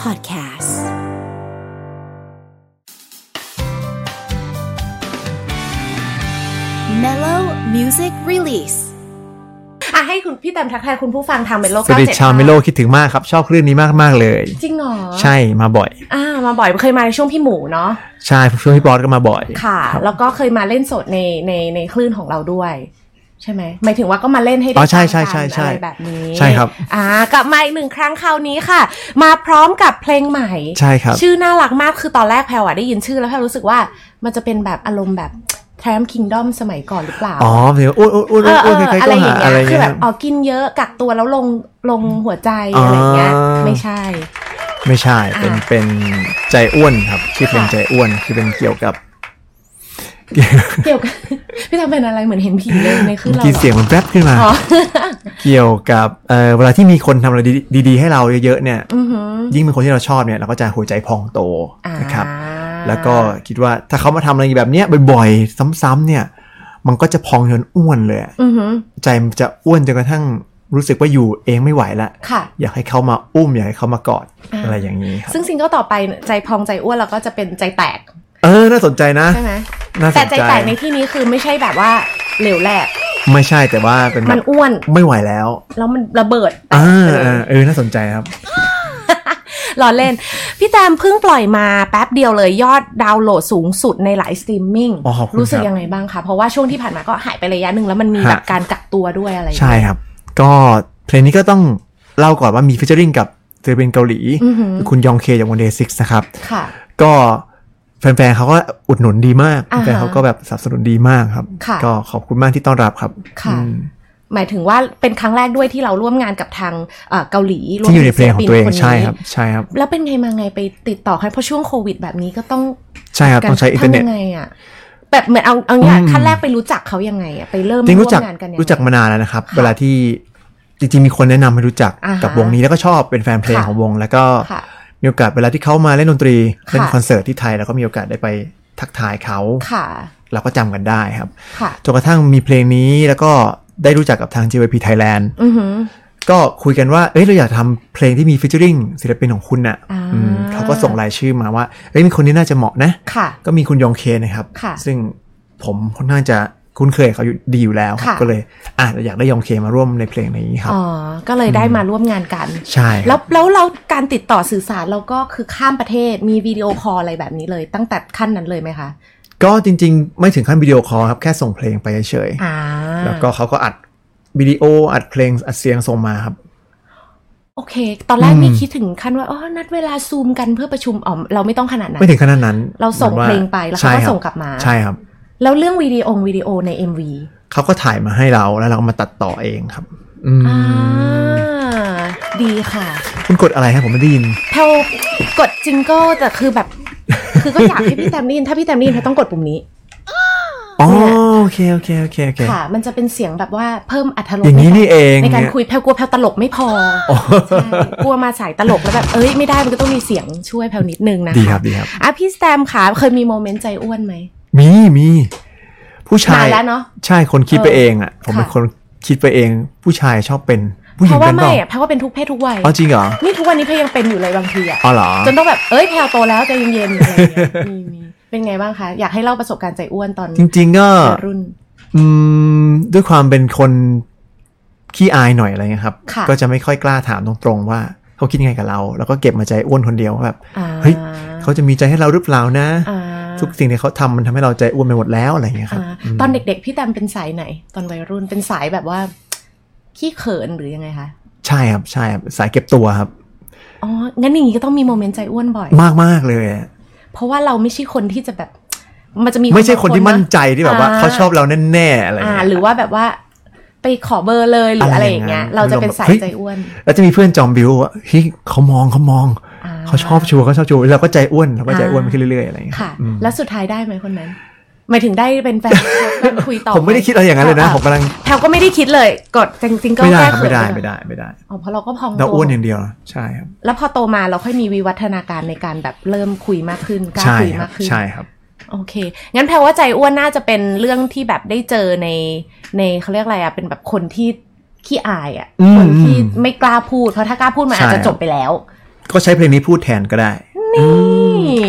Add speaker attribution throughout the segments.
Speaker 1: Podcast Mellow Music Release
Speaker 2: อ่ะให้คุณพี่แตมทักทายคุณผู้ฟังทางเมโล
Speaker 3: สวัสดีชาวเมโล
Speaker 2: 975
Speaker 3: คิดถึงมากครับ ชอบคลื่นนี้มากมากๆเลย
Speaker 2: จริงเหรอ
Speaker 3: ใช่มาบ่อย
Speaker 2: อ่ามาบ่อยเคยมาในช่วงพี่หมูเนาะ
Speaker 3: ใช่ช่วงพี่บอสก็มาบ่อย
Speaker 2: ค่ะ
Speaker 3: รับ
Speaker 2: แล้วก็เคยมาเล่นสดในในในคลื่นของเราด้วย ใช่ไหมหมายถึงว่าก็มาเล่นให้ได้
Speaker 3: อ๋อใช่
Speaker 2: ฟั
Speaker 3: ใช่
Speaker 2: งกัน
Speaker 3: ใช่ใช่
Speaker 2: อะไรแบบนี้
Speaker 3: ใช่ครับ
Speaker 2: อ่ากลับมาอีกหนึ่งครั้งคราวนี้ค่ะ มาพร้อมกับเพลงใหม่
Speaker 3: ใช่ครับ
Speaker 2: ชื่อน่ารักมากคือตอนแรกแพลวอะได้ยินชื่อแล้วแพลวรู้สึกว่ามันจะเป็นแบบอารมณ์แบบแทรมคิงดอมสมัยก่อนหรือเปล่า
Speaker 3: อ๋อเพลงอ้วนอ้วนอ้วน
Speaker 2: เออเอ
Speaker 3: อ้วน
Speaker 2: อ
Speaker 3: ใครๆ
Speaker 2: อะไรอย่าง
Speaker 3: ก็หา
Speaker 2: เงี้
Speaker 3: อะไร
Speaker 2: ยคือ
Speaker 3: เงี้
Speaker 2: แบ
Speaker 3: ย
Speaker 2: บอ๋อกินเยอะกักตัวแล้วลงลงหัวใจอะไรเงี้ย
Speaker 3: อ๋อ
Speaker 2: ไม่ใช่
Speaker 3: ไม่ใช่
Speaker 2: อ่า
Speaker 3: เป็นเป็นใจอ้วนครับชื่อเพลง
Speaker 2: ค่ะ
Speaker 3: ใจอ้วนคือเป็นเกี่ยวกับ
Speaker 2: เกี่ยวกับ พี่ทำเป็นอะไรเหมือนเห็นผีเลยในขึ้น
Speaker 3: เมื่อ
Speaker 2: เรา
Speaker 3: กี้เสียงมันแป๊บขึ้นมา
Speaker 2: อ๋อ
Speaker 3: เกี่ยวกับเอ่อเวลาที่มีคนทำอะไรดีดีๆ ให้เราเยอะๆเนี่ย
Speaker 2: อือหือ
Speaker 3: ยิ่งเป็นคนที่เราชอบเนี่ยเราก็จะหัวใจพองโต
Speaker 2: อ่า
Speaker 3: นะครับ แล้วก็คิดว่าถ้าเขามาทำอะไรแบบเนี้ยบ่อยๆ ซ้ำๆเนี่ย มันก็จะพองจนอ้วนเลยอะ
Speaker 2: อือหือ
Speaker 3: ใจมันจะอ้วนจนกระทั่งรู้สึกว่าอยู่เองไม่ไหวละ
Speaker 2: ค่ะ
Speaker 3: อยากให้เขามาอุ้มอยากให้เขามากอด
Speaker 2: อ่า
Speaker 3: อะไรอย่างนี้ครับ
Speaker 2: ซึ่งซิงเกิลต่อไปใจพองใจอ้วนแล้วก็จะเป็นใจแตก
Speaker 3: เออน่าสนใจนะ
Speaker 2: ใช่ไหม
Speaker 3: น่าส
Speaker 2: แต่
Speaker 3: น
Speaker 2: ใจ
Speaker 3: ใจ
Speaker 2: แตกในที่นี้คือไม่ใช่แบบว่าเหลวแหลก
Speaker 3: ไม่ใช่แต่ว่าเป็นแบ
Speaker 2: มัน
Speaker 3: บ
Speaker 2: อ้วน
Speaker 3: ไม่ไหวแล้ว
Speaker 2: แล้วมันระเบิด
Speaker 3: อ่าอ่าเออน่าสนใจครับ
Speaker 2: ล้อเล่น พี่แตมเพิ่งปล่อยมาแป๊บเดียวเลยยอดดาวน์โหลดสูงสุดในหลายสตรีมมิ่ง
Speaker 3: อ๋อขอบคุณ
Speaker 2: รู้สึก
Speaker 3: ครับ
Speaker 2: ยังไงบ้างคะเพราะว่าช่วงที่ผ่านมาก็หายไประยะหนึ่งแล้วมันมี
Speaker 3: ฮะ
Speaker 2: แบบการกักตัวด้วยอะไรอย่าง
Speaker 3: ใช่
Speaker 2: เงี้ย
Speaker 3: ครับ ก็เพลงนี้ก็ต้องเล่าก่อนว่ามีฟิชเชอริงกับศิลปินเกาหลี
Speaker 2: อือหือ
Speaker 3: คือคุณยองเคจากวันเดย์ซิกนะครับ
Speaker 2: ค่ะ
Speaker 3: ก็แฟนๆเขาก็อุดหนุนดีมาก
Speaker 2: อ่าฮะ
Speaker 3: แฟนเขาก็แบบสนับสนุนดีมากครับ
Speaker 2: ค่ะ
Speaker 3: ก็ขอบคุณมากที่ต้อนรับครับ
Speaker 2: ค่ะ
Speaker 3: อืม
Speaker 2: หมายถึงว่าเป็นครั้งแรกด้วยที่เราร่วมงานกับทางเอ่อเกาหลีรวม
Speaker 3: ที่อยู่ในเพลงของตัวเอง
Speaker 2: ศิลปินนนี้
Speaker 3: ใช่ครับ ใช่ครับ
Speaker 2: แล้วเป็นไงมาไงไปติดต่อใครเพราะช่วงโควิดแบบนี้ก็ต้อง
Speaker 3: ใช่ครับ ต้องใช้อินเทอร์เน็ต
Speaker 2: ทำยังไงอะแบบเหมือนเอาเอาเนี่ย
Speaker 3: อืม
Speaker 2: ขั้นแรกไปรู้จักเขายังไงอะไปเริ่ม
Speaker 3: จริง
Speaker 2: ร่ว
Speaker 3: รู้จัก
Speaker 2: มงานกันยังไง
Speaker 3: รู้จักมานานแล้วนะครับ
Speaker 2: ค่ะ
Speaker 3: เวลาที่จริงๆมีคนแนะนำให้รู้จัก
Speaker 2: อ่าฮะ
Speaker 3: กับวงนี้แล้วก็ชอบเป็นแฟนเพลง
Speaker 2: ค่ะ
Speaker 3: ของวง แล้วก็
Speaker 2: ค่ะ
Speaker 3: มีโอกาสเวลาที่เขามาเล่นดนตรีเล่น
Speaker 2: ค่ะ
Speaker 3: คอนเสิร์ตที่ไทยแล้วก็มีโอกาสได้ไปทักทายเขา
Speaker 2: ค่ะ
Speaker 3: เราก็จำกันได้ครับ
Speaker 2: ค่ะ
Speaker 3: จนกระทั่งมีเพลงนี้แล้วก็ได้รู้จักกับทาง JYP Thailand
Speaker 2: อือหือ
Speaker 3: ก็คุยกันว่า เอ้ย เราอยากทำเพลงที่มีฟิชเชอริงศิลปินของคุณน่ะ
Speaker 2: อ่า
Speaker 3: อืมเขาก็ส่งรายชื่อมาว่า เอ้ย มีคนนี้น่าจะเหมาะนะ
Speaker 2: ค่ะ
Speaker 3: ก็มีคุณยองเคนนะครับ
Speaker 2: ค่ะ
Speaker 3: ซึ่งผมค่อนข้างจะคุ้นเคยกับเขาอยู่ดีอยู่แล้วครับ
Speaker 2: ค่ะ
Speaker 3: ก็เลย อ่ะเราอยากได้ยองเคมาร่วมในเพลงนี้ครับ
Speaker 2: อ๋อ ก็เลยได้มาร่วมงานกัน
Speaker 3: ใช่ครับ
Speaker 2: แล้วแล้วเราการติดต่อสื่อสารเราก็คือข้ามประเทศมีวิดีโอคอลอะไรแบบนี้เลย ตั้งแต่ขั้นนั้นเลยไหมคะ
Speaker 3: ก็จริงๆ ไม่ถึงขั้นวิดีโอคอลครับ แค่ส่งเพลงไปเฉย
Speaker 2: อ่า
Speaker 3: ๆ แล้วก็เขาก็อัดวิดีโออัดเพลงอัดเสียงส่งมาครับ
Speaker 2: โอเค ตอนแรก
Speaker 3: อืม
Speaker 2: นี่คิดถึงขั้นว่าอ๋อนัดเวลาซูมกันเพื่อประชุมอ๋อเราไม่ต้องขนาดนั้น
Speaker 3: ไม่ถึงขนาดนั้น
Speaker 2: เราส่งเพ
Speaker 3: หมือน
Speaker 2: ลงไปแล้วเขา
Speaker 3: ใช่
Speaker 2: ก็
Speaker 3: ครับ
Speaker 2: ส่งกลับมา
Speaker 3: ใช่ครับ
Speaker 2: แล้วเรื่องวิดีโอวิดีโอใน MV
Speaker 3: เขาก็ถ่ายมาให้เราแล้วเราก็มาตัดต่อเองครับ อืม
Speaker 2: อ่าดีค่ะ
Speaker 3: คุณกดอะไรครับผมไม่ได้ยิน
Speaker 2: แพลกดจิงเกิลแต่คือแบบ คือก็อยากให้พี่แตมได้ยินถ้าพี่แตมได้ยินแพลต้องกดปุ่มนี้
Speaker 3: อ๋อ
Speaker 2: เนี่ย
Speaker 3: โอเคโอเคโอเคโอเค
Speaker 2: ค่ะ มันจะเป็นเสียงแบบว่าเพิ่มอัธรส
Speaker 3: อย่างนี้นี่เอง
Speaker 2: ในการ
Speaker 3: เนี่ย
Speaker 2: คุยแพลกลัวแพลตลกไม่พอ
Speaker 3: อ๋อ
Speaker 2: ใช่กลัวมาสายตลกแล้วแบบ เอ้ยไม่ได้มันก็ต้องมีเสียงช่วยแพลวนิดนึงนะคะ
Speaker 3: ดีครับดีครับ
Speaker 2: อ่ะพี่แซมค่ะเคยมีโมเมนต์ใจอ้วนไหม
Speaker 3: มีมี ผู้ชาน
Speaker 2: าย นแล้วเนาะ
Speaker 3: ใช่คนคิดไป
Speaker 2: เออ
Speaker 3: เองอ่ะ ผมเป็น
Speaker 2: ค่ะ
Speaker 3: คนคิดไปเอง ผู้ชายชอบเป็นผู้ห
Speaker 2: เพ
Speaker 3: ญิง
Speaker 2: ราะว่า
Speaker 3: เป็นเป
Speaker 2: ไม่
Speaker 3: ล่า
Speaker 2: อะเพราะว่าเป็นทุกเพศทุกวัย
Speaker 3: อ๋อจริงเหรอ
Speaker 2: นี่ทุกวันนี้เพลยังเป็นอยู่เลยบางทีอะ
Speaker 3: อ๋อเหรอ
Speaker 2: จนต้องแบบเอ้ยแพลวโตแล้วใจเย็นๆอะไรอย่างเงี้ยมีมีเป็นไงบ้างคะอยากให้เล่าประสบการณ์ใจอ้วนตอน
Speaker 3: จริง ๆ ก็
Speaker 2: วัยรุ่น
Speaker 3: อืมด้วยความเป็นคนขี้อายหน่อยอะไรเงี้ยครับ
Speaker 2: ค่ะ
Speaker 3: ก็จะไม่ค่อยกล้าถามตรงๆว่าเขาคิดยังไงกับเรา แล้วก็เก็บมาใจอ้วนคนเดียวว่าแบบ
Speaker 2: อ่า
Speaker 3: เฮ้ย เขาจะมีใจให้เราหรือเปล่านะ
Speaker 2: อ่า
Speaker 3: ทุกสิ่งที่เขาทำมันทำให้เราใจอ้วนไปหมดแล้วอะไรเงี้ยครับ
Speaker 2: อ่าตอนเด็กๆพี่แตมเป็นสายไหน ตอนวัยรุ่นเป็นสายแบบว่าขี้เขินหรือยังไงคะ
Speaker 3: ใช่ครับใช่ครับสายเก็บตัวครับ
Speaker 2: อ๋องั้นอย่างนี้ก็ต้องมีโมเมนต์ใจอ้วนบ่อย
Speaker 3: มากมากๆเลยอะ
Speaker 2: เพราะว่าเราไม่ใช่คนที่จะแบบ มันจะมี
Speaker 3: ไม่ใช่คนที่
Speaker 2: บางะ
Speaker 3: มั่นใจที่แบบว่า
Speaker 2: อ่า
Speaker 3: เขาชอบเราแน่ๆอะไร
Speaker 2: อ่า
Speaker 3: เงี้ย
Speaker 2: หรือว่าแบบว่า ไปขอเบอร์เลยหรืออะ
Speaker 3: อะไร ไรอ
Speaker 2: อา
Speaker 3: ย่ย่าง งเงี้
Speaker 2: เงี้ย
Speaker 3: ย
Speaker 2: เราจะเป็นสายใจอ้วน
Speaker 3: แล้วจะมีเพื่อนจอมบิวว่าเฮ้ยเขามองเขามอง
Speaker 2: อ่
Speaker 3: เขาชอบชัวร์เขาชอบชัวร์เราก็ใจอ้วนเราก็ใจอ้วนไปขึ้นเรื่อยๆอะไรเงี้ย
Speaker 2: ค่ะ
Speaker 3: อืม
Speaker 2: แล้วสุดท้ายได้ไหมคนนั้นหมายถึงได้เป็นแฟน เป็นคุยต่อ
Speaker 3: ผมไม่ได้คิดอะไรอย่างนั้นเลยนะ
Speaker 2: อ่
Speaker 3: ผมกำลัง
Speaker 2: แพลก็ไม่ได้คิดเลย กดจริงๆก็
Speaker 3: ไม่ได้
Speaker 2: แก้
Speaker 3: ครับ
Speaker 2: เขิ
Speaker 3: ไม่ได้
Speaker 2: น
Speaker 3: ไม่ได้ไม่ได้
Speaker 2: อ๋อเพราะเราก็พอง
Speaker 3: เรา
Speaker 2: ตัว
Speaker 3: อ้วนอย่างเดียวใช่ครับ
Speaker 2: แล้วพอโตมาเราค่อยมีวิวัฒนาการในการแบบเริ่มคุยมากขึ้นกล้า
Speaker 3: ใช่
Speaker 2: คุย
Speaker 3: ครั
Speaker 2: มา
Speaker 3: บ
Speaker 2: กขึ้น
Speaker 3: ใช่ครับ
Speaker 2: โอเค งั้นแปลว่าใจอ้วนน่าจะเป็นเรื่องที่แบบได้เจอใน ในเขาเรียกอะไรอะเป็นแบบคนที่ขี้อายอะ
Speaker 3: อืม
Speaker 2: คนที่ไม่กล้าพูด เพราะถ้ากล้าพูดมัน
Speaker 3: ใช่
Speaker 2: อาจจะจบไปแล้ว
Speaker 3: ก็ใช้เพลงนี้พูดแทนก็ได้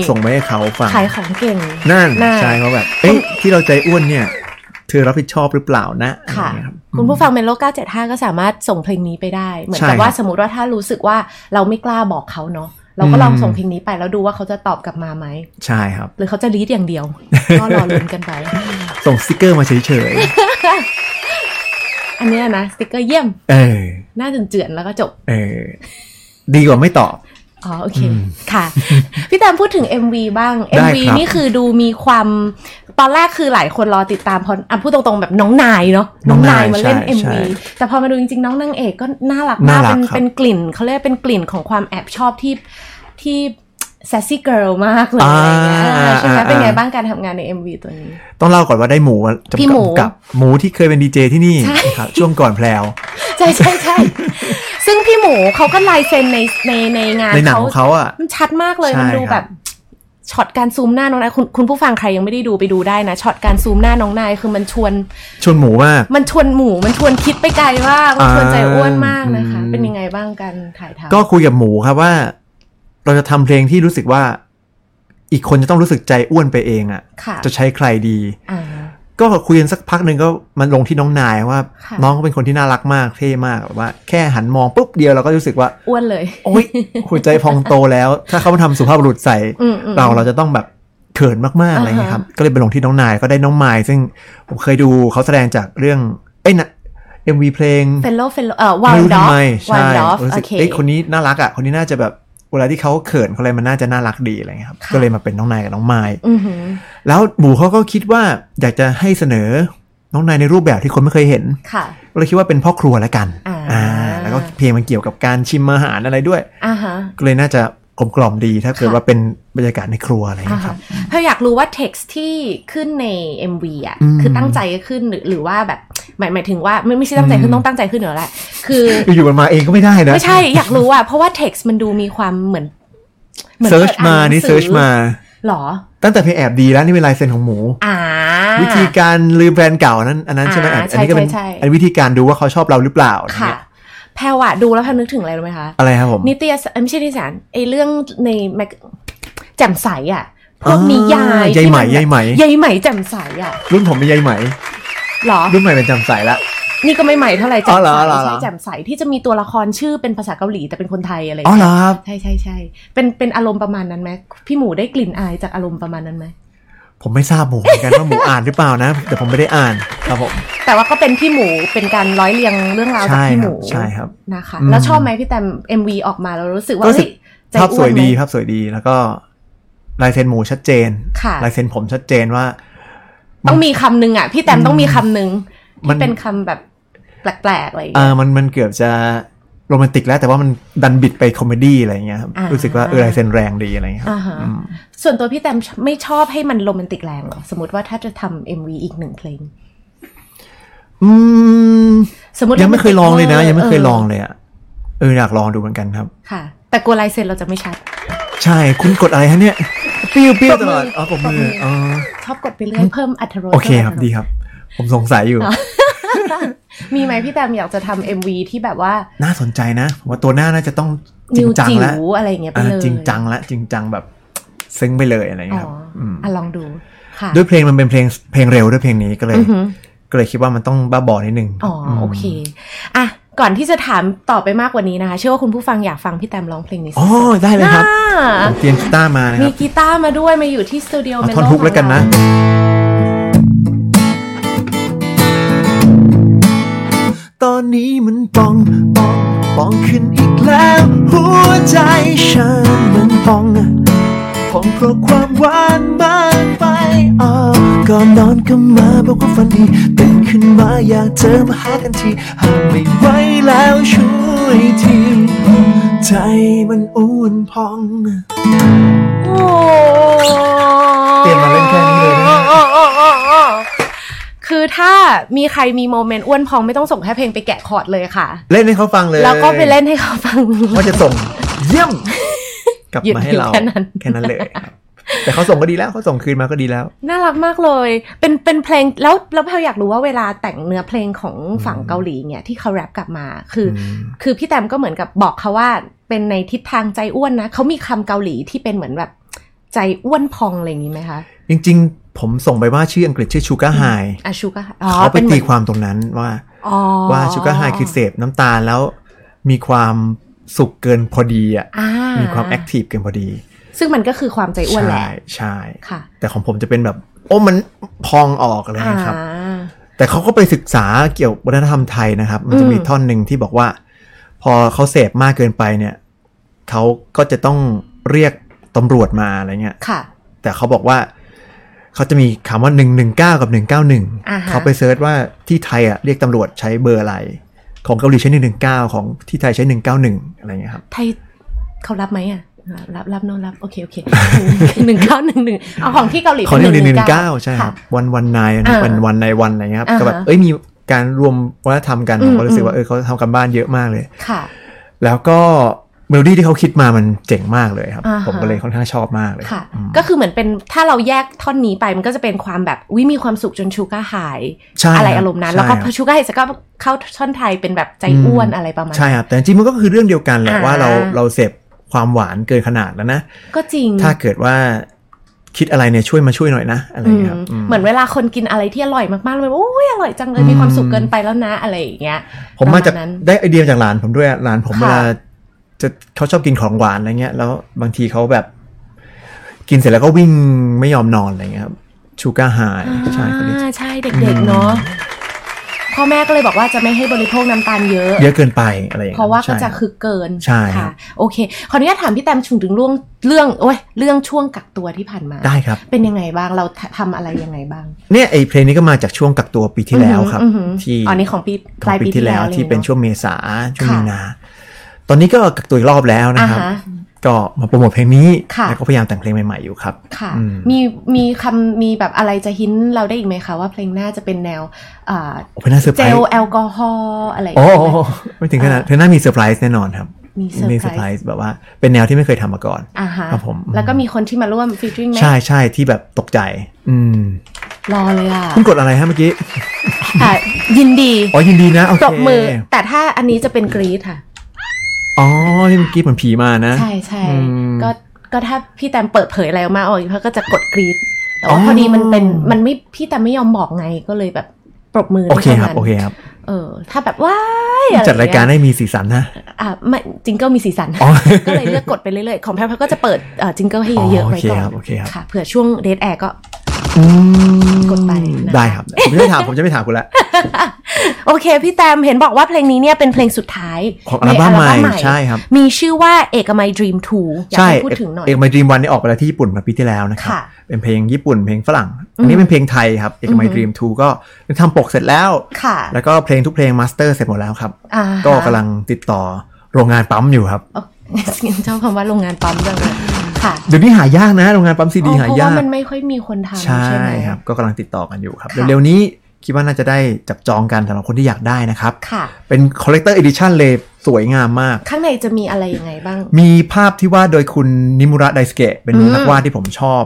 Speaker 3: ส่งไปให้เขาฟัง
Speaker 2: ขายของเก่ง
Speaker 3: นั่น
Speaker 2: น่ะ
Speaker 3: ใช่เขาแบบ เอ้ยที่เราใจอ้วนเนี่ย เธอรับผิดชอบหรือเปล่านะ
Speaker 2: ค่ะ
Speaker 3: อไรเงี้ยรับ
Speaker 2: คุณผู้ฟังเมโล975 ก็สามารถส่งเพลงนี้ไปได้ เหมือน
Speaker 3: ใช่
Speaker 2: กับว่า
Speaker 3: ครับ
Speaker 2: สมมติว่าถ้ารู้สึกว่าเราไม่กล้าบอกเขาเนาะเราก็ลอง
Speaker 3: อืม
Speaker 2: ส่งเพลงนี้ไปแล้วดูว่าเขาจะตอบกลับมาไหม
Speaker 3: ใช่ครับ
Speaker 2: หรือเขาจะรีดอย่างเดียว ก็รอลุ้นกันไป
Speaker 3: ส่งสติกเกอร์มาเฉย
Speaker 2: อันเนี้ยนะสติกเกอร์เยี่ยม
Speaker 3: ๆ เออ
Speaker 2: หน้าเจือนๆแล้วก็จบ
Speaker 3: เออ ดีกว่าไม่ตอบ
Speaker 2: อ๋อโอเค
Speaker 3: อืม
Speaker 2: ค่ะ พี่แตมพูดถึง MV บ้าง
Speaker 3: ได้
Speaker 2: MV
Speaker 3: ครับ
Speaker 2: นี่คือดูมีความตอนแรกคือหลายคนรอติดตามเพออ่ะพูดตรงๆแบบน้องนายเนาะ
Speaker 3: น้องนาย
Speaker 2: มาเล่น
Speaker 3: ใช่
Speaker 2: MV แต่พอมาดูจริงๆ น้องนางเอกก็น่ารักมาก
Speaker 3: น่ารัก
Speaker 2: เป็น
Speaker 3: ครับ
Speaker 2: เป็นกลิ่นเขาเรียกเป็นกลิ่นของความแอบชอบที่ที่ sassy girl มากเลยอะไรเงี้ยเออใช่ไหมเป็นไงบ้างการทำงานใน MV ตัวนี้
Speaker 3: ต้องเล่าก่อนว่าได้หมูมาจำ
Speaker 2: พี่
Speaker 3: กั
Speaker 2: หมู
Speaker 3: บกับหมูที่เคยเป็นดีเจที่นี่
Speaker 2: ใช่
Speaker 3: ครับช่วงก่อนแพลว
Speaker 2: ใช่ใช่ใช่ ซึ่งพี่หมูเขาก็ลายเซ็นในในในงาน
Speaker 3: ในหนังของเขาอ่ะ
Speaker 2: มันชัดมากเลย
Speaker 3: ใช่
Speaker 2: มันดู
Speaker 3: ค
Speaker 2: แบ
Speaker 3: รั
Speaker 2: บบ ช็อตการซูมหน้าน้องนายคุณคุณผู้ฟังใครยังไม่ได้ดูไปดูได้นะช็อตการซูมหน้าน้องนายคือมันชวน
Speaker 3: ชวนหมูมาก
Speaker 2: มันชวนหมู่มันชวนคิดไปไกลมากมันชวนใจอ้วนมากนะคะ
Speaker 3: อ่า
Speaker 2: เป็นยังไงบ้างการถ่ายทำ
Speaker 3: ก็คุยกับหมูครับว่า เราจะทำเพลงที่รู้สึกว่า อีกคนจะต้องรู้สึกใจอ้วนไปเองอ่ะ
Speaker 2: ค่ะ
Speaker 3: จะใช้ใครดี
Speaker 2: อ่า
Speaker 3: ก็คุยกันสักพักหนึ่งก็มันลงที่น้องนายว่า
Speaker 2: ค่ะ
Speaker 3: น้องก็เป็นคนที่น่ารักมากเท่มากแบบว่า แค่หันมองปุ๊บเดียวเราก็รู้สึกว่า
Speaker 2: อ้วนเลย
Speaker 3: โอ๊ยหัวใจพองโตแล้ว ถ้าเขามาทำสุภาพบุรุษใส่
Speaker 2: อืมอืม
Speaker 3: เราเราจะต้องแบบเขินมากๆอะไรอย่างเงี้ยครับ ก็เลยไปลงที่น้องนายก็ได้น้องไมายซึ่งผมเคยดูเขาแสดงจากเรื่องเอ้ยนะเอ็มวีเพลง
Speaker 2: Fellow Fellow เอ่อ Wild
Speaker 3: ไม่รู้
Speaker 2: Dog
Speaker 3: ทำไม
Speaker 2: Wild
Speaker 3: ใช่
Speaker 2: Dog
Speaker 3: รู้สึก
Speaker 2: โอเค
Speaker 3: เอ้ยคนนี้น่ารักอ่ะคนนี้น่าจะแบบเวลาที่เขาเขินเขาอะไรมันน่าจะน่ารักดีอะไรอย่างเงี้ยครับ
Speaker 2: ค่ะ
Speaker 3: ก็เลยมาเป็นน้องนายกับน้องไมาย
Speaker 2: อือหือ
Speaker 3: แล้วหมูเขาก็คิดว่าอยากจะให้เสนอน้องนายในรูปแบบที่คนไม่เคยเห็น
Speaker 2: ค่ะ
Speaker 3: ก็เลยคิดว่าเป็นพ่อครัวแล้วกัน
Speaker 2: อ่า
Speaker 3: แล้วก็เพลงมันเกี่ยวกับการชิมอาหารอะไรด้วย
Speaker 2: อ่าฮะ
Speaker 3: ก็เลยน่าจะกลมกล่อมดีถ้าเกิด
Speaker 2: ค่ะ
Speaker 3: ว่าเป็นบรรยากาศในครัวอะไรอย่าง
Speaker 2: อ่า
Speaker 3: เงี้ยค
Speaker 2: ฮะ
Speaker 3: รับ
Speaker 2: เธออยากรู้ว่า text ที่ขึ้นใน MV อ่ะ
Speaker 3: อืม
Speaker 2: คือตั้งใจขึ้นหรือหรือว่าแบบหมายหมายถึงว่าไม่ไม่ใช่ตั้งใจขึ้น
Speaker 3: อืม
Speaker 2: ต้องตั้งใจขึ้นเหนือแหละคือ
Speaker 3: อยู่ๆมันมาเองก็ไม่ได้นะ
Speaker 2: ไม่ใช่ อยากรู้อ่ะ เพราะว่า text มันดูมีความเหมือนหมือน
Speaker 3: เซิร์ชมา
Speaker 2: ปิดอ่
Speaker 3: นี่
Speaker 2: หงสือ
Speaker 3: เซิร์ชมา
Speaker 2: หรอ
Speaker 3: ตั้งแต่เพลงแอบดีแล้วนี่เป็นลายเซ็นของหมู
Speaker 2: อ่า
Speaker 3: วิธีการลืมแฟนเก่านั้น อันนั้นใช่ไหม
Speaker 2: อ่า
Speaker 3: อันอันนี้ก็เป็น
Speaker 2: ใช่ใช่ใช่
Speaker 3: อันวิธีการดูว่าเขาชอบเราหรือเปล่า
Speaker 2: ค่ะ แพรวะดูแล้วแพรนึกถึงอะไรรู้ไหมคะ
Speaker 3: อะไรครับผม
Speaker 2: นิตยสารเอ้ยไม่ใช่นิตยสารไอเรื่องในแมกแจ่มใสอ่ะ พวก
Speaker 3: อ่านิ
Speaker 2: นิยาย
Speaker 3: ยายไหม
Speaker 2: ที่น
Speaker 3: ยายไหม
Speaker 2: ยายไหมแจ่มใสอ่ะ
Speaker 3: รุ่นผมเป็นยายไหม
Speaker 2: หรอ
Speaker 3: รุ่นใหม่เป็นจำใสละ
Speaker 2: นี่ก็ไม่ใหม่เท่าไหร่แจ่
Speaker 3: อ๋
Speaker 2: ม
Speaker 3: อ
Speaker 2: ใส
Speaker 3: เหรอเหรอเหรอ
Speaker 2: ใช่แจ่มใสที่จะมีตัวละครชื่อเป็นภาษาเกาหลีแต่เป็นคนไทยอะไร
Speaker 3: อ๋อ
Speaker 2: เงี้ย
Speaker 3: เหรอครับ
Speaker 2: ใช่ใช่ใช่เป็นเป็นอารมณ์ประมาณนั้นไหมพี่หมูได้กลิ่นอายจากอารมณ์ประมาณนั้นไหม
Speaker 3: ผมไม่ทราบหมูเหมือนกันว่าหมูอ่านหรือเปล่านะ แต่ผมไม่ได้อ่านครับผม
Speaker 2: แต่ว่าก็เป็นพี่หมูเป็นการร้อยเรียงเรื่องราวจาก
Speaker 3: ใช่
Speaker 2: พี่
Speaker 3: ค
Speaker 2: ห
Speaker 3: รั
Speaker 2: มู
Speaker 3: บใช่ครับ
Speaker 2: นะคะ
Speaker 3: อืม
Speaker 2: แล้วชอบไหมพี่แตม MV ออกมาแล้วรู้สึกว่า
Speaker 3: ก็รู้สึ
Speaker 2: เฮ้ยใจ
Speaker 3: กภาพสวยดี
Speaker 2: อ้นไหม
Speaker 3: ภาพสวยดีแล้วก็ลายเซ็นหมูชัดเจน
Speaker 2: ค่ะ
Speaker 3: ลายเซ็นผมชัดเจนว่า
Speaker 2: ต้องมีคำหนึ่งอ่ะ พี่แตมต้องมีคำหนึ่ง
Speaker 3: มั
Speaker 2: ที่
Speaker 3: น
Speaker 2: เป็นคำแบบแปลกๆอะไรอย่าง
Speaker 3: เอ
Speaker 2: เงี้
Speaker 3: อย มันมันเกือบจะโรแมนติกแล้วแต่ว่ามันดันบิดไปคอมเมดี้อะไรอย่างเงี้ยครับ
Speaker 2: อ่ารู้
Speaker 3: รู้สึกว่าเออลายเซ็นแรงดีอะไรอย่างเงี้ยครับ
Speaker 2: อ่าฮะ
Speaker 3: อืม
Speaker 2: ส่วนตัวพี่แตมไม่ชอบให้มันโรแมนติกแรงหรอสมมติว่าถ้าจะทำ MV อีกหนึ่งเพลง
Speaker 3: อืม
Speaker 2: สมมติ
Speaker 3: ยังไม่เคยลองเลยนะ ยังไม่เคยลอง
Speaker 2: อ
Speaker 3: เลยอะเอออยากลองดูเหมือนกันครับ
Speaker 2: อค่ะ แต่กลัวลายเซ็นเราจะไม่ชัด
Speaker 3: ใช่คุณกดอะไรฮะเนี่ยปิ้วปิ้ว
Speaker 2: ปรบ
Speaker 3: ต
Speaker 2: มือ
Speaker 3: ลอดอ๋อผม
Speaker 2: ป
Speaker 3: มื
Speaker 2: รบมื
Speaker 3: อ
Speaker 2: ออ๋
Speaker 3: อ๋อ
Speaker 2: ชอบกดไปเรื่อยเพิ่มอัตรส
Speaker 3: โอเคครับ
Speaker 2: พิ่ม
Speaker 3: ดี
Speaker 2: อรส
Speaker 3: ครับ ผมสงสัยอยู่
Speaker 2: มีไหมพี่แตมอยากจะทำ MV ที่แบบว่า
Speaker 3: น่าสนใจนะผมว่าตัวหน้าน่าจะต้องจริ
Speaker 2: นิ
Speaker 3: ง
Speaker 2: ว
Speaker 3: จัง
Speaker 2: จิ๋
Speaker 3: แล้ว
Speaker 2: วอะไรอย่างเงี้ยไป
Speaker 3: อ่า
Speaker 2: เลย
Speaker 3: จริงจังแล้วจริงจังแบบซึ้งไปเลยอะไรอย่าง
Speaker 2: อ๋
Speaker 3: เงี้
Speaker 2: อย
Speaker 3: ครับ
Speaker 2: อ
Speaker 3: ม
Speaker 2: อ่ะลองดูค่ะ
Speaker 3: ด้วยเพลงมันเป็นเพลงเพลงเร็วด้วยเพลงนี้ก็เลย
Speaker 2: อือหือ
Speaker 3: ก็เลยคิดว่ามันต้องบ้าบอนิดนึง
Speaker 2: อ๋ออ
Speaker 3: ม
Speaker 2: โอเคอ่ะก่อนที่จะถามต่อไปมากกว่านี้นะคะ เชื่อว่าคุณผู้ฟังอยากฟังพี่แตมร้องเพลงนี้
Speaker 3: อ๋อ ได้เลยครับ
Speaker 2: อ่า
Speaker 3: ผมเตรียมกีตาร์มานะค
Speaker 2: มี
Speaker 3: รับ
Speaker 2: กีตาร์มาด้วยมาอยู่ที่สตูดิโอ
Speaker 3: เอา
Speaker 2: เมโล
Speaker 3: ท่อนฮุกแล้วกันนะ ตอนนี้มันปองปองปองขึ้นอีกแล้ว หัวใจฉันมันปองปองเพราะความหวานมากไปอ๋อก่อนนอนก็มาบอกว่าฝันดีตื่นขึ้นมาอยากเจอมาหากันทีหากไม่ไหวแล้วช่วยที ใจมันอ้วนพอง
Speaker 2: โอ้
Speaker 3: เตรียมมาเล่นแค่นี้เลยนะ
Speaker 2: โอ้โอ้โอ้โอ้คือถ้ามีใครมีโมเมนต์อ้วนพองไม่ต้องส่งให้เพลงไปแกะคอร์ดเลยค่ะ
Speaker 3: เล่นให้เขาฟังเลย
Speaker 2: แล้วก็ไปเล่นให้เขาฟัง
Speaker 3: ว่าจะส่งเยี่ยม กลับ
Speaker 2: หยุด
Speaker 3: มาให้เรา
Speaker 2: แค่นั้น
Speaker 3: แค่นั้นเลยครับ แต่เขาส่งก็ดีแล้วเขาส่งคืนมาก็ดีแล้ว
Speaker 2: น่ารักมากเลย เป็นเป็นเพลงแล้วแล้วเราอยากรู้ว่าเวลาแต่งเนื้อเพลงของฝั่งเกาหลีเนี่ยที่เขาแรปกลับมาคืออ
Speaker 3: ม
Speaker 2: คือพี่แตมก็เหมือนกับบอกเขาว่าเป็นในทิศทางใจอ้วนนะเขามีคำเกาหลีที่เป็นเหมือนแบบใจอ้วนพองอะไรอย่างนี้ไหมคะ
Speaker 3: จริงๆ ผมส่งไปว่าชื่ออังกฤษชื่อชูการ์ไฮ
Speaker 2: อาชูก็
Speaker 3: เขาไปตีความตรงนั้นว่า
Speaker 2: อ๋อ
Speaker 3: ว่าชูการ์ไฮคือเสพน้ำตาลแล้ว มีความสุขเกินพอดีอ่ะ
Speaker 2: อ่
Speaker 3: มีความแอคทีฟเกินพอดี
Speaker 2: ซึ่งมันก็คือความใจอ้วนแหละ
Speaker 3: ใช่ใช่
Speaker 2: ค่ะ
Speaker 3: แต่ของผมจะเป็นแบบ โอ้มันพองออกอะไร
Speaker 2: อ่า
Speaker 3: นะครับ แต่เขาก็ไปศึกษาเกี่ยววัฒนธรรมไทยนะครับ มันจะมี
Speaker 2: อืม
Speaker 3: ท่อนหนึ่งที่บอกว่า พอเขาเสพมากเกินไปเนี่ยเขาก็จะต้องเรียกตำรวจมาอะไรเงี้ย
Speaker 2: ค่ะ
Speaker 3: แต่เขาบอกว่าเขาจะมีคำว่า 119 กับ
Speaker 2: อ่า
Speaker 3: 191
Speaker 2: ฮะ
Speaker 3: เขาไปเซิร์ชว่าที่ไทยอ่ะเรียกตำรวจใช้เบอร์อะไร ของเกาหลีใช้ 119 ของที่ไทยใช้ 191 อะไรเงี้ยครับ
Speaker 2: ไทยเขารับไหมอ่ะรับรับโนนรับโอเคโอ เคหนึ่งเก้าหนึ่งหนึ่งเอาของที่เกาหลี
Speaker 3: ของ
Speaker 2: ป็
Speaker 3: 119 ใช่ครับ
Speaker 2: ะ
Speaker 3: วันวันนาย
Speaker 2: อ่า
Speaker 3: วันวันในวันอะไรเงี้ยครับ
Speaker 2: อ่าฮะ
Speaker 3: ก็แบบเอ้ยมีการรวมวัฒนธรรมกัน
Speaker 2: อื
Speaker 3: ผม มก็รู้สึกว่าเออเขาทำกันบ้านเยอะมากเลย
Speaker 2: ค่ะ
Speaker 3: แล้วก็เมโลดี้ที่เขาคิดมามันเจ๋งมากเลยครับ
Speaker 2: อ่าฮะ
Speaker 3: ผมก็เลยค่อนข้างชอบมากเลย
Speaker 2: ค่ะ
Speaker 3: อืม
Speaker 2: ก็คือเหมือนเป็นถ้าเราแยกท่อนนี้ไปมันก็จะเป็นความแบบวิมีความสุขจนชูก้าหาย
Speaker 3: ใช่คบ
Speaker 2: อะไรอารมณ์นั้น แล้วก็
Speaker 3: ใช่
Speaker 2: พ
Speaker 3: ค
Speaker 2: อบ ชูก้าหายเสร็จก็เข้าท่อนไทยเป็นแบบใจอ้วน
Speaker 3: อืม
Speaker 2: อะไรประมาณ
Speaker 3: ใช่
Speaker 2: นั้น
Speaker 3: ครับแต่จริงๆมันก็คือเรื่องเดียวกันแหละ
Speaker 2: อ่า
Speaker 3: ว่าเราเราเสพความหวานเกินขนาดแล้วนะ
Speaker 2: ก็จริง
Speaker 3: ถ้าเกิดว่าคิดอะไรเนี่ยช่วยมาช่วยหน่อยนะ อะไรอย่างเงี้ยครับ
Speaker 2: อื
Speaker 3: อื
Speaker 2: ม
Speaker 3: ม
Speaker 2: เหมือนเวลาคนกินอะไรที่อร่อยมากๆแล้วแบบโอ้ยอร่อยจังเลยมีความสุขเกินไปแล้วนะอะไรอย่างเงี้ย
Speaker 3: ผมมาจาก
Speaker 2: ประมาณนั้น
Speaker 3: ได้ไอเดียจากหลานผมด้วยอะหลานผม
Speaker 2: ค่ะ
Speaker 3: เวลาจะเขาชอบกินของหวานอะไรเงี้ย แล้วบางทีเขาแบบ กินเสร็จแล้วก็วิ่งไม่ยอมนอนอะไรเงี้ยครับชูการ์ไฮใช่เขาเรียก
Speaker 2: าใช่เด็กๆเนาะพ่อแม่ก็เลยบอกว่าจะไม่ให้บริโภคน้ำตาลเยอะ
Speaker 3: เยอะเกินไปอะไรอย่าง
Speaker 2: เพ
Speaker 3: เงี้ย
Speaker 2: ราะว่าก็
Speaker 3: ใช่
Speaker 2: จะคือเกิน
Speaker 3: ใช่ครั
Speaker 2: ค่ะ
Speaker 3: บ
Speaker 2: โอเคขออนุญาตถามพี่แตมชุงถึงเรื่องเรื่องโอ้ยเรื่องช่วงกักตัวที่ผ่านมา
Speaker 3: ได้ครับ
Speaker 2: เป็นยังไงบ้างเราทำอะไรยังไงบ้าง
Speaker 3: เนี่ยไอเพลงนี้ก็มาจากช่วงกักตัวปีที่แล้วครับ
Speaker 2: อือหืออือหือ
Speaker 3: ที่
Speaker 2: อ๋อนี่ของปี
Speaker 3: ข
Speaker 2: ป
Speaker 3: อง
Speaker 2: ลาย
Speaker 3: ปี
Speaker 2: ปี
Speaker 3: ที่แล้วที่เป็น
Speaker 2: วง
Speaker 3: ช่วงเมษาช่วง
Speaker 2: ค่ะ
Speaker 3: มีนา ตอนนี้ก็กักตัวอีกรอบแล้ว
Speaker 2: อ่า
Speaker 3: นะครับ
Speaker 2: ฮะ
Speaker 3: ก็มาโปรโมทเพลงนี้
Speaker 2: ค่ะ
Speaker 3: แล้วก็พยายามแต่งเพลงใหม่ๆอยู่ครับ
Speaker 2: ค่ะ
Speaker 3: อืม
Speaker 2: มีมีคำมีแบบอะไรจะหินเราได้อีกไหมคะว่าเพลงหน้าจะเป็นแนวอ่า
Speaker 3: โอ้เป็นน่าเซอร์ไพ
Speaker 2: เจ
Speaker 3: รส์
Speaker 2: ลแอลกอฮอล์อะไรอย่าง
Speaker 3: โอ้
Speaker 2: เงี้ย
Speaker 3: ไม่ถึงขนาด
Speaker 2: อ่า
Speaker 3: เธอหน้ามีเซอร์ไพรส์แน่นอนครับ
Speaker 2: มีเซอ
Speaker 3: มี
Speaker 2: ร์
Speaker 3: เซอร์
Speaker 2: ไพ
Speaker 3: ไพ
Speaker 2: ร
Speaker 3: ร
Speaker 2: ส์
Speaker 3: ส์แบบว่าเป็นแนวที่ไม่เคยทำมาก่อน
Speaker 2: อ่าฮะ
Speaker 3: ครับผม
Speaker 2: แล้วก็มีคนที่มาร่วมฟีเจอริงไหม
Speaker 3: ใช่ใช่ที่แบบตกใจ อืม
Speaker 2: รอเลยอ่ะ
Speaker 3: คุณกดอะไรฮะเมื่อกี้
Speaker 2: ค่ะยินดี
Speaker 3: อ๋อ ยินดีนะ โอเค
Speaker 2: ปรบมือ แต่ถ้าอันนี้จะเป็นกรีดค่ะ
Speaker 3: อ๋อที่เมื่อกี้เหมือนผีมานะ
Speaker 2: ใช่ใช่
Speaker 3: อืม
Speaker 2: ก็ก็ถ้าพี่แตมเปิดเผยอะไรออกมาอ๋อเขาก็จะกดกรี๊ดแต่
Speaker 3: อ๋
Speaker 2: ว่า
Speaker 3: อ
Speaker 2: พอดีมันเป็นมันไม่พี่แตมไม่ยอมบอกไงก็เลยแบบปรบมือ
Speaker 3: โอเค
Speaker 2: ท่า
Speaker 3: ครับ
Speaker 2: นั้น
Speaker 3: โอเคครับ
Speaker 2: เออ ถ้าแบบว้ายอะไ
Speaker 3: จัดรายการให้มีสีสันนะ
Speaker 2: อ่ะไม่จิงเกิลมีสีสัน
Speaker 3: อ๋อ
Speaker 2: ก็เลยเลือกกดไปเรื่อยๆ ของแพรก็จะเปิดเอ่อจิงเกิลให้เยอะๆไว้ก่อน
Speaker 3: อ๋อโอเคครับโอเคครับ
Speaker 2: ค่ะเผื่อช่วงเดทแอร์ก็
Speaker 3: อืม
Speaker 2: กดไปนะคะ
Speaker 3: ได้ครับ ผมจะไม่ถามผมจะไม่ถามคุณละ
Speaker 2: โอเค พี่แตมเห็นบอกว่าเพลงนี้เนี่ยเป็นเพลงสุดท้าย
Speaker 3: ของอัลบั้ม
Speaker 2: ใน
Speaker 3: ใหม่ใช่ครับ
Speaker 2: มีชื่อว่าเอกมัย Dream 2อยาก
Speaker 3: ใช่
Speaker 2: ให้พูดถึงหน่อย
Speaker 3: เอกมาดีมวันนี่ออกไปแล้วที่ญี่ปุ่นมาปีที่แล้วนะครับ
Speaker 2: ค่ะ
Speaker 3: เป็นเพลงญี่ปุ่นเพลงฝรั่ง อันนี้เป็นเพลงไทยครับเอกมาดีมทูก็ทำปกเสร็จแล้ว
Speaker 2: ค่ะ
Speaker 3: แล้วก็เพลงทุกเพลงมาสเตอร์เสร็จหมดแล้วครับ
Speaker 2: อ่า
Speaker 3: ก็กำลังติดต่อโรงงานปั๊มอยู่ครับ
Speaker 2: โอ้ เจ้าคำว่าโรงงานปั๊มจังเลยค่ะ
Speaker 3: เดี๋ยวนี้หายากนะโรงงานปั๊มซีดี
Speaker 2: อ๋อ
Speaker 3: หา
Speaker 2: เพราะ
Speaker 3: ยา
Speaker 2: ว่าก มันไม่ค่อยมีคนทำ
Speaker 3: ใช่
Speaker 2: ใช่ไหม
Speaker 3: ครับ ก็กำลังติดต่อกันอยู่ครับ
Speaker 2: ค่ะ
Speaker 3: เร็วๆนี้คิดว่าน่าจะได้จับจองกันสำหรับคนที่อยากได้นะครับ
Speaker 2: ค่ะ
Speaker 3: เป็นคอ l เลกเตอร์เอดิชันเลยสวยงามมาก
Speaker 2: ข้างในจะมีอะไรยังไงบ้าง
Speaker 3: มีภาพที่วาดโดยคุณนิมุระไดสเกะเป็น
Speaker 2: อืม
Speaker 3: นักวาดที่ผมชอบ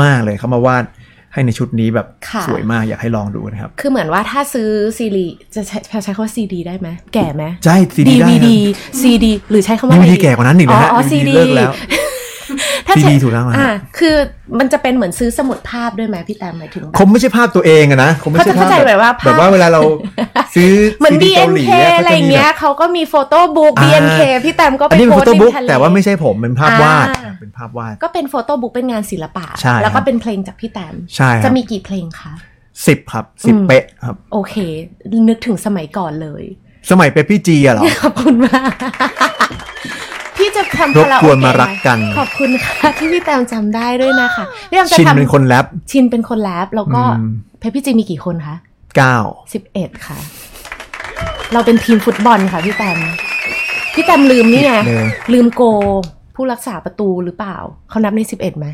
Speaker 3: มากๆเลยเขามาวาดให้ในชุดนี้แบบ
Speaker 2: ค่ะ
Speaker 3: สวยมากอยากให้ลองดูนะครับ
Speaker 2: คือเหมือนว่าถ้าซื้อซีรีส์จะใช้ใช้คำว่าซีดีได้ไหม แก่ไหม
Speaker 3: ใช่ซีดีได้
Speaker 2: DVD ซีดีหรือใช้คำว่า
Speaker 3: ดี
Speaker 2: อะไร
Speaker 3: วีดีแก่กว่านั้นอีกนะฮะ
Speaker 2: อ๋อซี
Speaker 3: DVD
Speaker 2: ดี
Speaker 3: เลิกแล้ว
Speaker 2: ถ้าใช้
Speaker 3: CD ถูกแล้วอะฮะ
Speaker 2: อ่าคือมันจะเป็นเหมือนซื้อสมุดภาพด้วยไหมพี่แตมหมายถึง
Speaker 3: คงไม่ใช่ภาพตัวเองอะนะคงไม่ใช่ภาพ
Speaker 2: เขาจะเข้าใจแบบว่าภาพ
Speaker 3: แบบว่าเวลา เราซื้อ
Speaker 2: เหมือน
Speaker 3: CD เกาหลี
Speaker 2: BNK
Speaker 3: ข
Speaker 2: อะไร
Speaker 3: จ
Speaker 2: อย่าง
Speaker 3: มี
Speaker 2: เงี้
Speaker 3: แบ
Speaker 2: ย
Speaker 3: บ
Speaker 2: เขาก็มีโฟโต้บุ๊ก
Speaker 3: อ่า
Speaker 2: BNK พี่แตมก็ไป
Speaker 3: อันนี้เป็น
Speaker 2: โพสต์
Speaker 3: โฟโต้
Speaker 2: ริม
Speaker 3: บุ๊ก
Speaker 2: ทะเล
Speaker 3: แต่ว่าไม่ใช่ผมเป็นภาพวาด
Speaker 2: อ่า
Speaker 3: เป็นภาพวาด
Speaker 2: ก็เป็นโฟโต้บุ๊กเป็นงานศิลปะ
Speaker 3: ใช่
Speaker 2: แล้ว
Speaker 3: ครั
Speaker 2: ก็
Speaker 3: บ
Speaker 2: เป็นเพลงจากพี่แตม
Speaker 3: ใช่ค
Speaker 2: จะ
Speaker 3: รับ
Speaker 2: มีกี่เพลงคะ
Speaker 3: สิบครับสิบ
Speaker 2: อืม
Speaker 3: เป๊ะครับ
Speaker 2: โอเค นึกถึงสมัยก่อนเลย
Speaker 3: สมัยเปปปี้จีอะเหรอ
Speaker 2: ขอบคุณมาก พี่จะทำ
Speaker 3: รบ
Speaker 2: คาราโอเกะ
Speaker 3: กวนมารัก
Speaker 2: ไห
Speaker 3: กัน
Speaker 2: ขอบคุณค่ะที่พี่แตมจำได้ด้วยนะคะพี่แตมจะ
Speaker 3: ชิน
Speaker 2: ทำ
Speaker 3: เป็นคนแรป
Speaker 2: ชินเป็นคนแรปแล้วก็
Speaker 3: อืม
Speaker 2: เพปพี่จีมีกี่คนคะ
Speaker 3: เก้า
Speaker 2: สิบเอ็ดค่ะ เราเป็นทีมฟุตบอลค่ะพี่แตมพี่แตมลืมนี่ไง
Speaker 3: เลย
Speaker 2: ลืมโก ผู้รักษาประตูหรือเปล่า เขานับในสิบเอ็ดไหม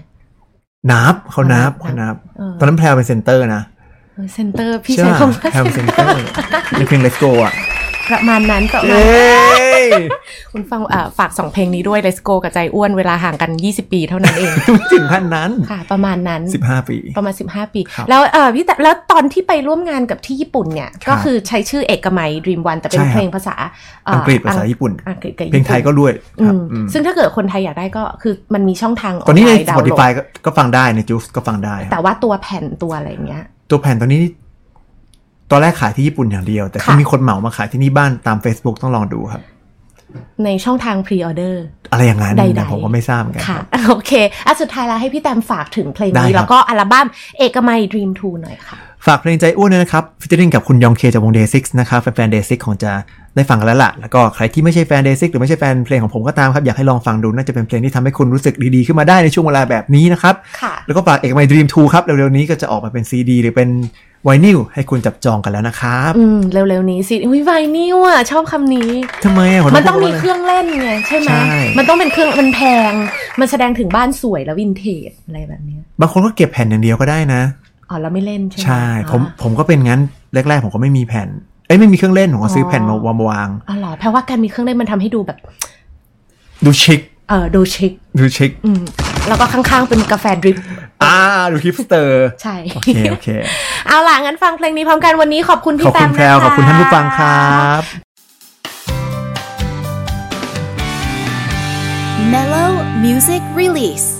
Speaker 3: นับเขานับ
Speaker 2: เขา
Speaker 3: เขา
Speaker 2: นั
Speaker 3: นั
Speaker 2: บบ เออ
Speaker 3: ตอนนั้นแพรวเป็นเซนเตอร์นะ
Speaker 2: เออเซนเตอร์ พี่
Speaker 3: ใช่
Speaker 2: ใช้
Speaker 3: ปะ
Speaker 2: คำว่า
Speaker 3: แพรวเป็นเซนเตอร์ในเพลง Let's Go อะ
Speaker 2: ประมาณนั้นประมาณ
Speaker 3: เย้
Speaker 2: คุณฟังอ่าฝากสองเพลงนี้ด้วย Let's Go กับใจอ้วนเวลาห่างกัน 20 ปีเท่านั้น เอง
Speaker 3: ไม่ถึงขั้นนั้น
Speaker 2: ค่ะ ประมาณนั้น
Speaker 3: 15 ปี
Speaker 2: ประมาณ 15 ปี
Speaker 3: ครับ
Speaker 2: แล้วเออพี่แต่แล้วตอนที่ไปร่วมงานกับที่ญี่ปุ่นเนี่ย
Speaker 3: ครับ
Speaker 2: ก็คือใช้ชื่อเอกมัย Dream One แต่เป็น
Speaker 3: ใช่ครับ
Speaker 2: เพลงภาษาเ
Speaker 3: อังกฤษภาษาญี่ปุ่น
Speaker 2: อังกฤษกับ
Speaker 3: เพลงไทยก็ด้วย
Speaker 2: อื
Speaker 3: ครับ
Speaker 2: ม
Speaker 3: อืม
Speaker 2: ซึ่งถ้าเกิดคนไทยอยากได้ก็คือมันมีช่องทาง
Speaker 3: ตอนนี้ใน
Speaker 2: ไลดาวน์โหล
Speaker 3: Spotify ก็ก็ฟังได้ใน j u i c e ก็ฟังได้ครับ
Speaker 2: แต่ว่าตัวแผ่นตัวอะไรเงี้ย
Speaker 3: ตัวแผ่นตัวนี้ ตอนแรกขายที่ญี่ปุ่นอย่างเดียว แต่
Speaker 2: ค่ะ
Speaker 3: ก็มีคนเหมามาขายที่นี่บ้านตาม Facebook ต้องลองดูครับ
Speaker 2: ในช่องทางพรีออเดอร์
Speaker 3: อะไรอย่างนั้น
Speaker 2: ใดๆ
Speaker 3: นะผมก็ไม่ทราบเหมือนกันค
Speaker 2: ค่ะ
Speaker 3: รับ
Speaker 2: โอเคอ่ะสุดท้ายแล้วให้พี่แตมฝากถึงเพลง
Speaker 3: ได้ครั
Speaker 2: นี้
Speaker 3: บ
Speaker 2: แล้วก็อัลบั้มเอกมัย Dream 2 หน่อยค่ะ
Speaker 3: ฝากเพลงใจอ้วนด้วยนะครับฟิชเชอริงกับคุณยองเคจากวง Day6 นะครับแฟนๆ Day6 คงจะได้ฟังกันแล้วล่ะ แล้วก็ใครที่ไม่ใช่แฟน Day6 หรือไม่ใช่แฟนเพลงของผมก็ตามครับ อยากให้ลองฟังดูน่าจะเป็นเพลงที่ทำให้คุณรู้สึกดีๆ ขึ้นมาได้ในช่วงเวลาแบบนี้นะครับ
Speaker 2: ค่ะ
Speaker 3: แล้วก็ฝากเอกมัย Dream 2ครับเร็วๆนี้ก็จะออกมาเป็นซีดีหรือเป็นไวนิลให้คุณจับจองกันแล้วนะครับ
Speaker 2: อืม เร็วๆนี้สิอุ้ยไวนิวอ่ะ ชอบคำนี้
Speaker 3: ทำไมะผ
Speaker 2: มันต้องมี
Speaker 3: พูดว่าะไร
Speaker 2: เครื่องเล่นไงใช่ไหม
Speaker 3: ใช่
Speaker 2: มันต้องเป็นเครื่องมันแพง มันแสดงถึงบ้านสวยและวินเทจอะไรแบบเนี้ย
Speaker 3: บางคนก็เก็บแผ่นอย่างเดียวก็ได้นะ
Speaker 2: อ๋อเราไม่เล่นใช่ไหม
Speaker 3: ใช่
Speaker 2: อ๋อ
Speaker 3: ผมผมก็เป็นงั้นแรกๆ ผมก็ไม่มีแผ่น เอ้ยไม่มีเครื่องเล่น ผมก็ซื้อ
Speaker 2: อ
Speaker 3: แผ่นมาวางวาง
Speaker 2: อ๋อเหรอแปลว่าการมีเครื่องเล่นมันทำให้ดูแบบ
Speaker 3: ดูชิค
Speaker 2: เออดูชิค
Speaker 3: ดูชิค
Speaker 2: อืม แล้วก็ข้างๆเป็นกาแฟดริป
Speaker 3: อ่าดูคลิปสเตอร์
Speaker 2: ใช่
Speaker 3: โอเคโอเค
Speaker 2: เอาล่ะ งั้นฟังเพลงนี้พร้อมกันวันนี้ขอบคุณ
Speaker 3: ข
Speaker 2: พี่
Speaker 3: อบ
Speaker 2: แต
Speaker 3: คุณ
Speaker 2: ม
Speaker 3: แพรว
Speaker 2: นะะ
Speaker 3: ขอบคุณท่านผู้ฟังครับ
Speaker 1: Mellow Music Release.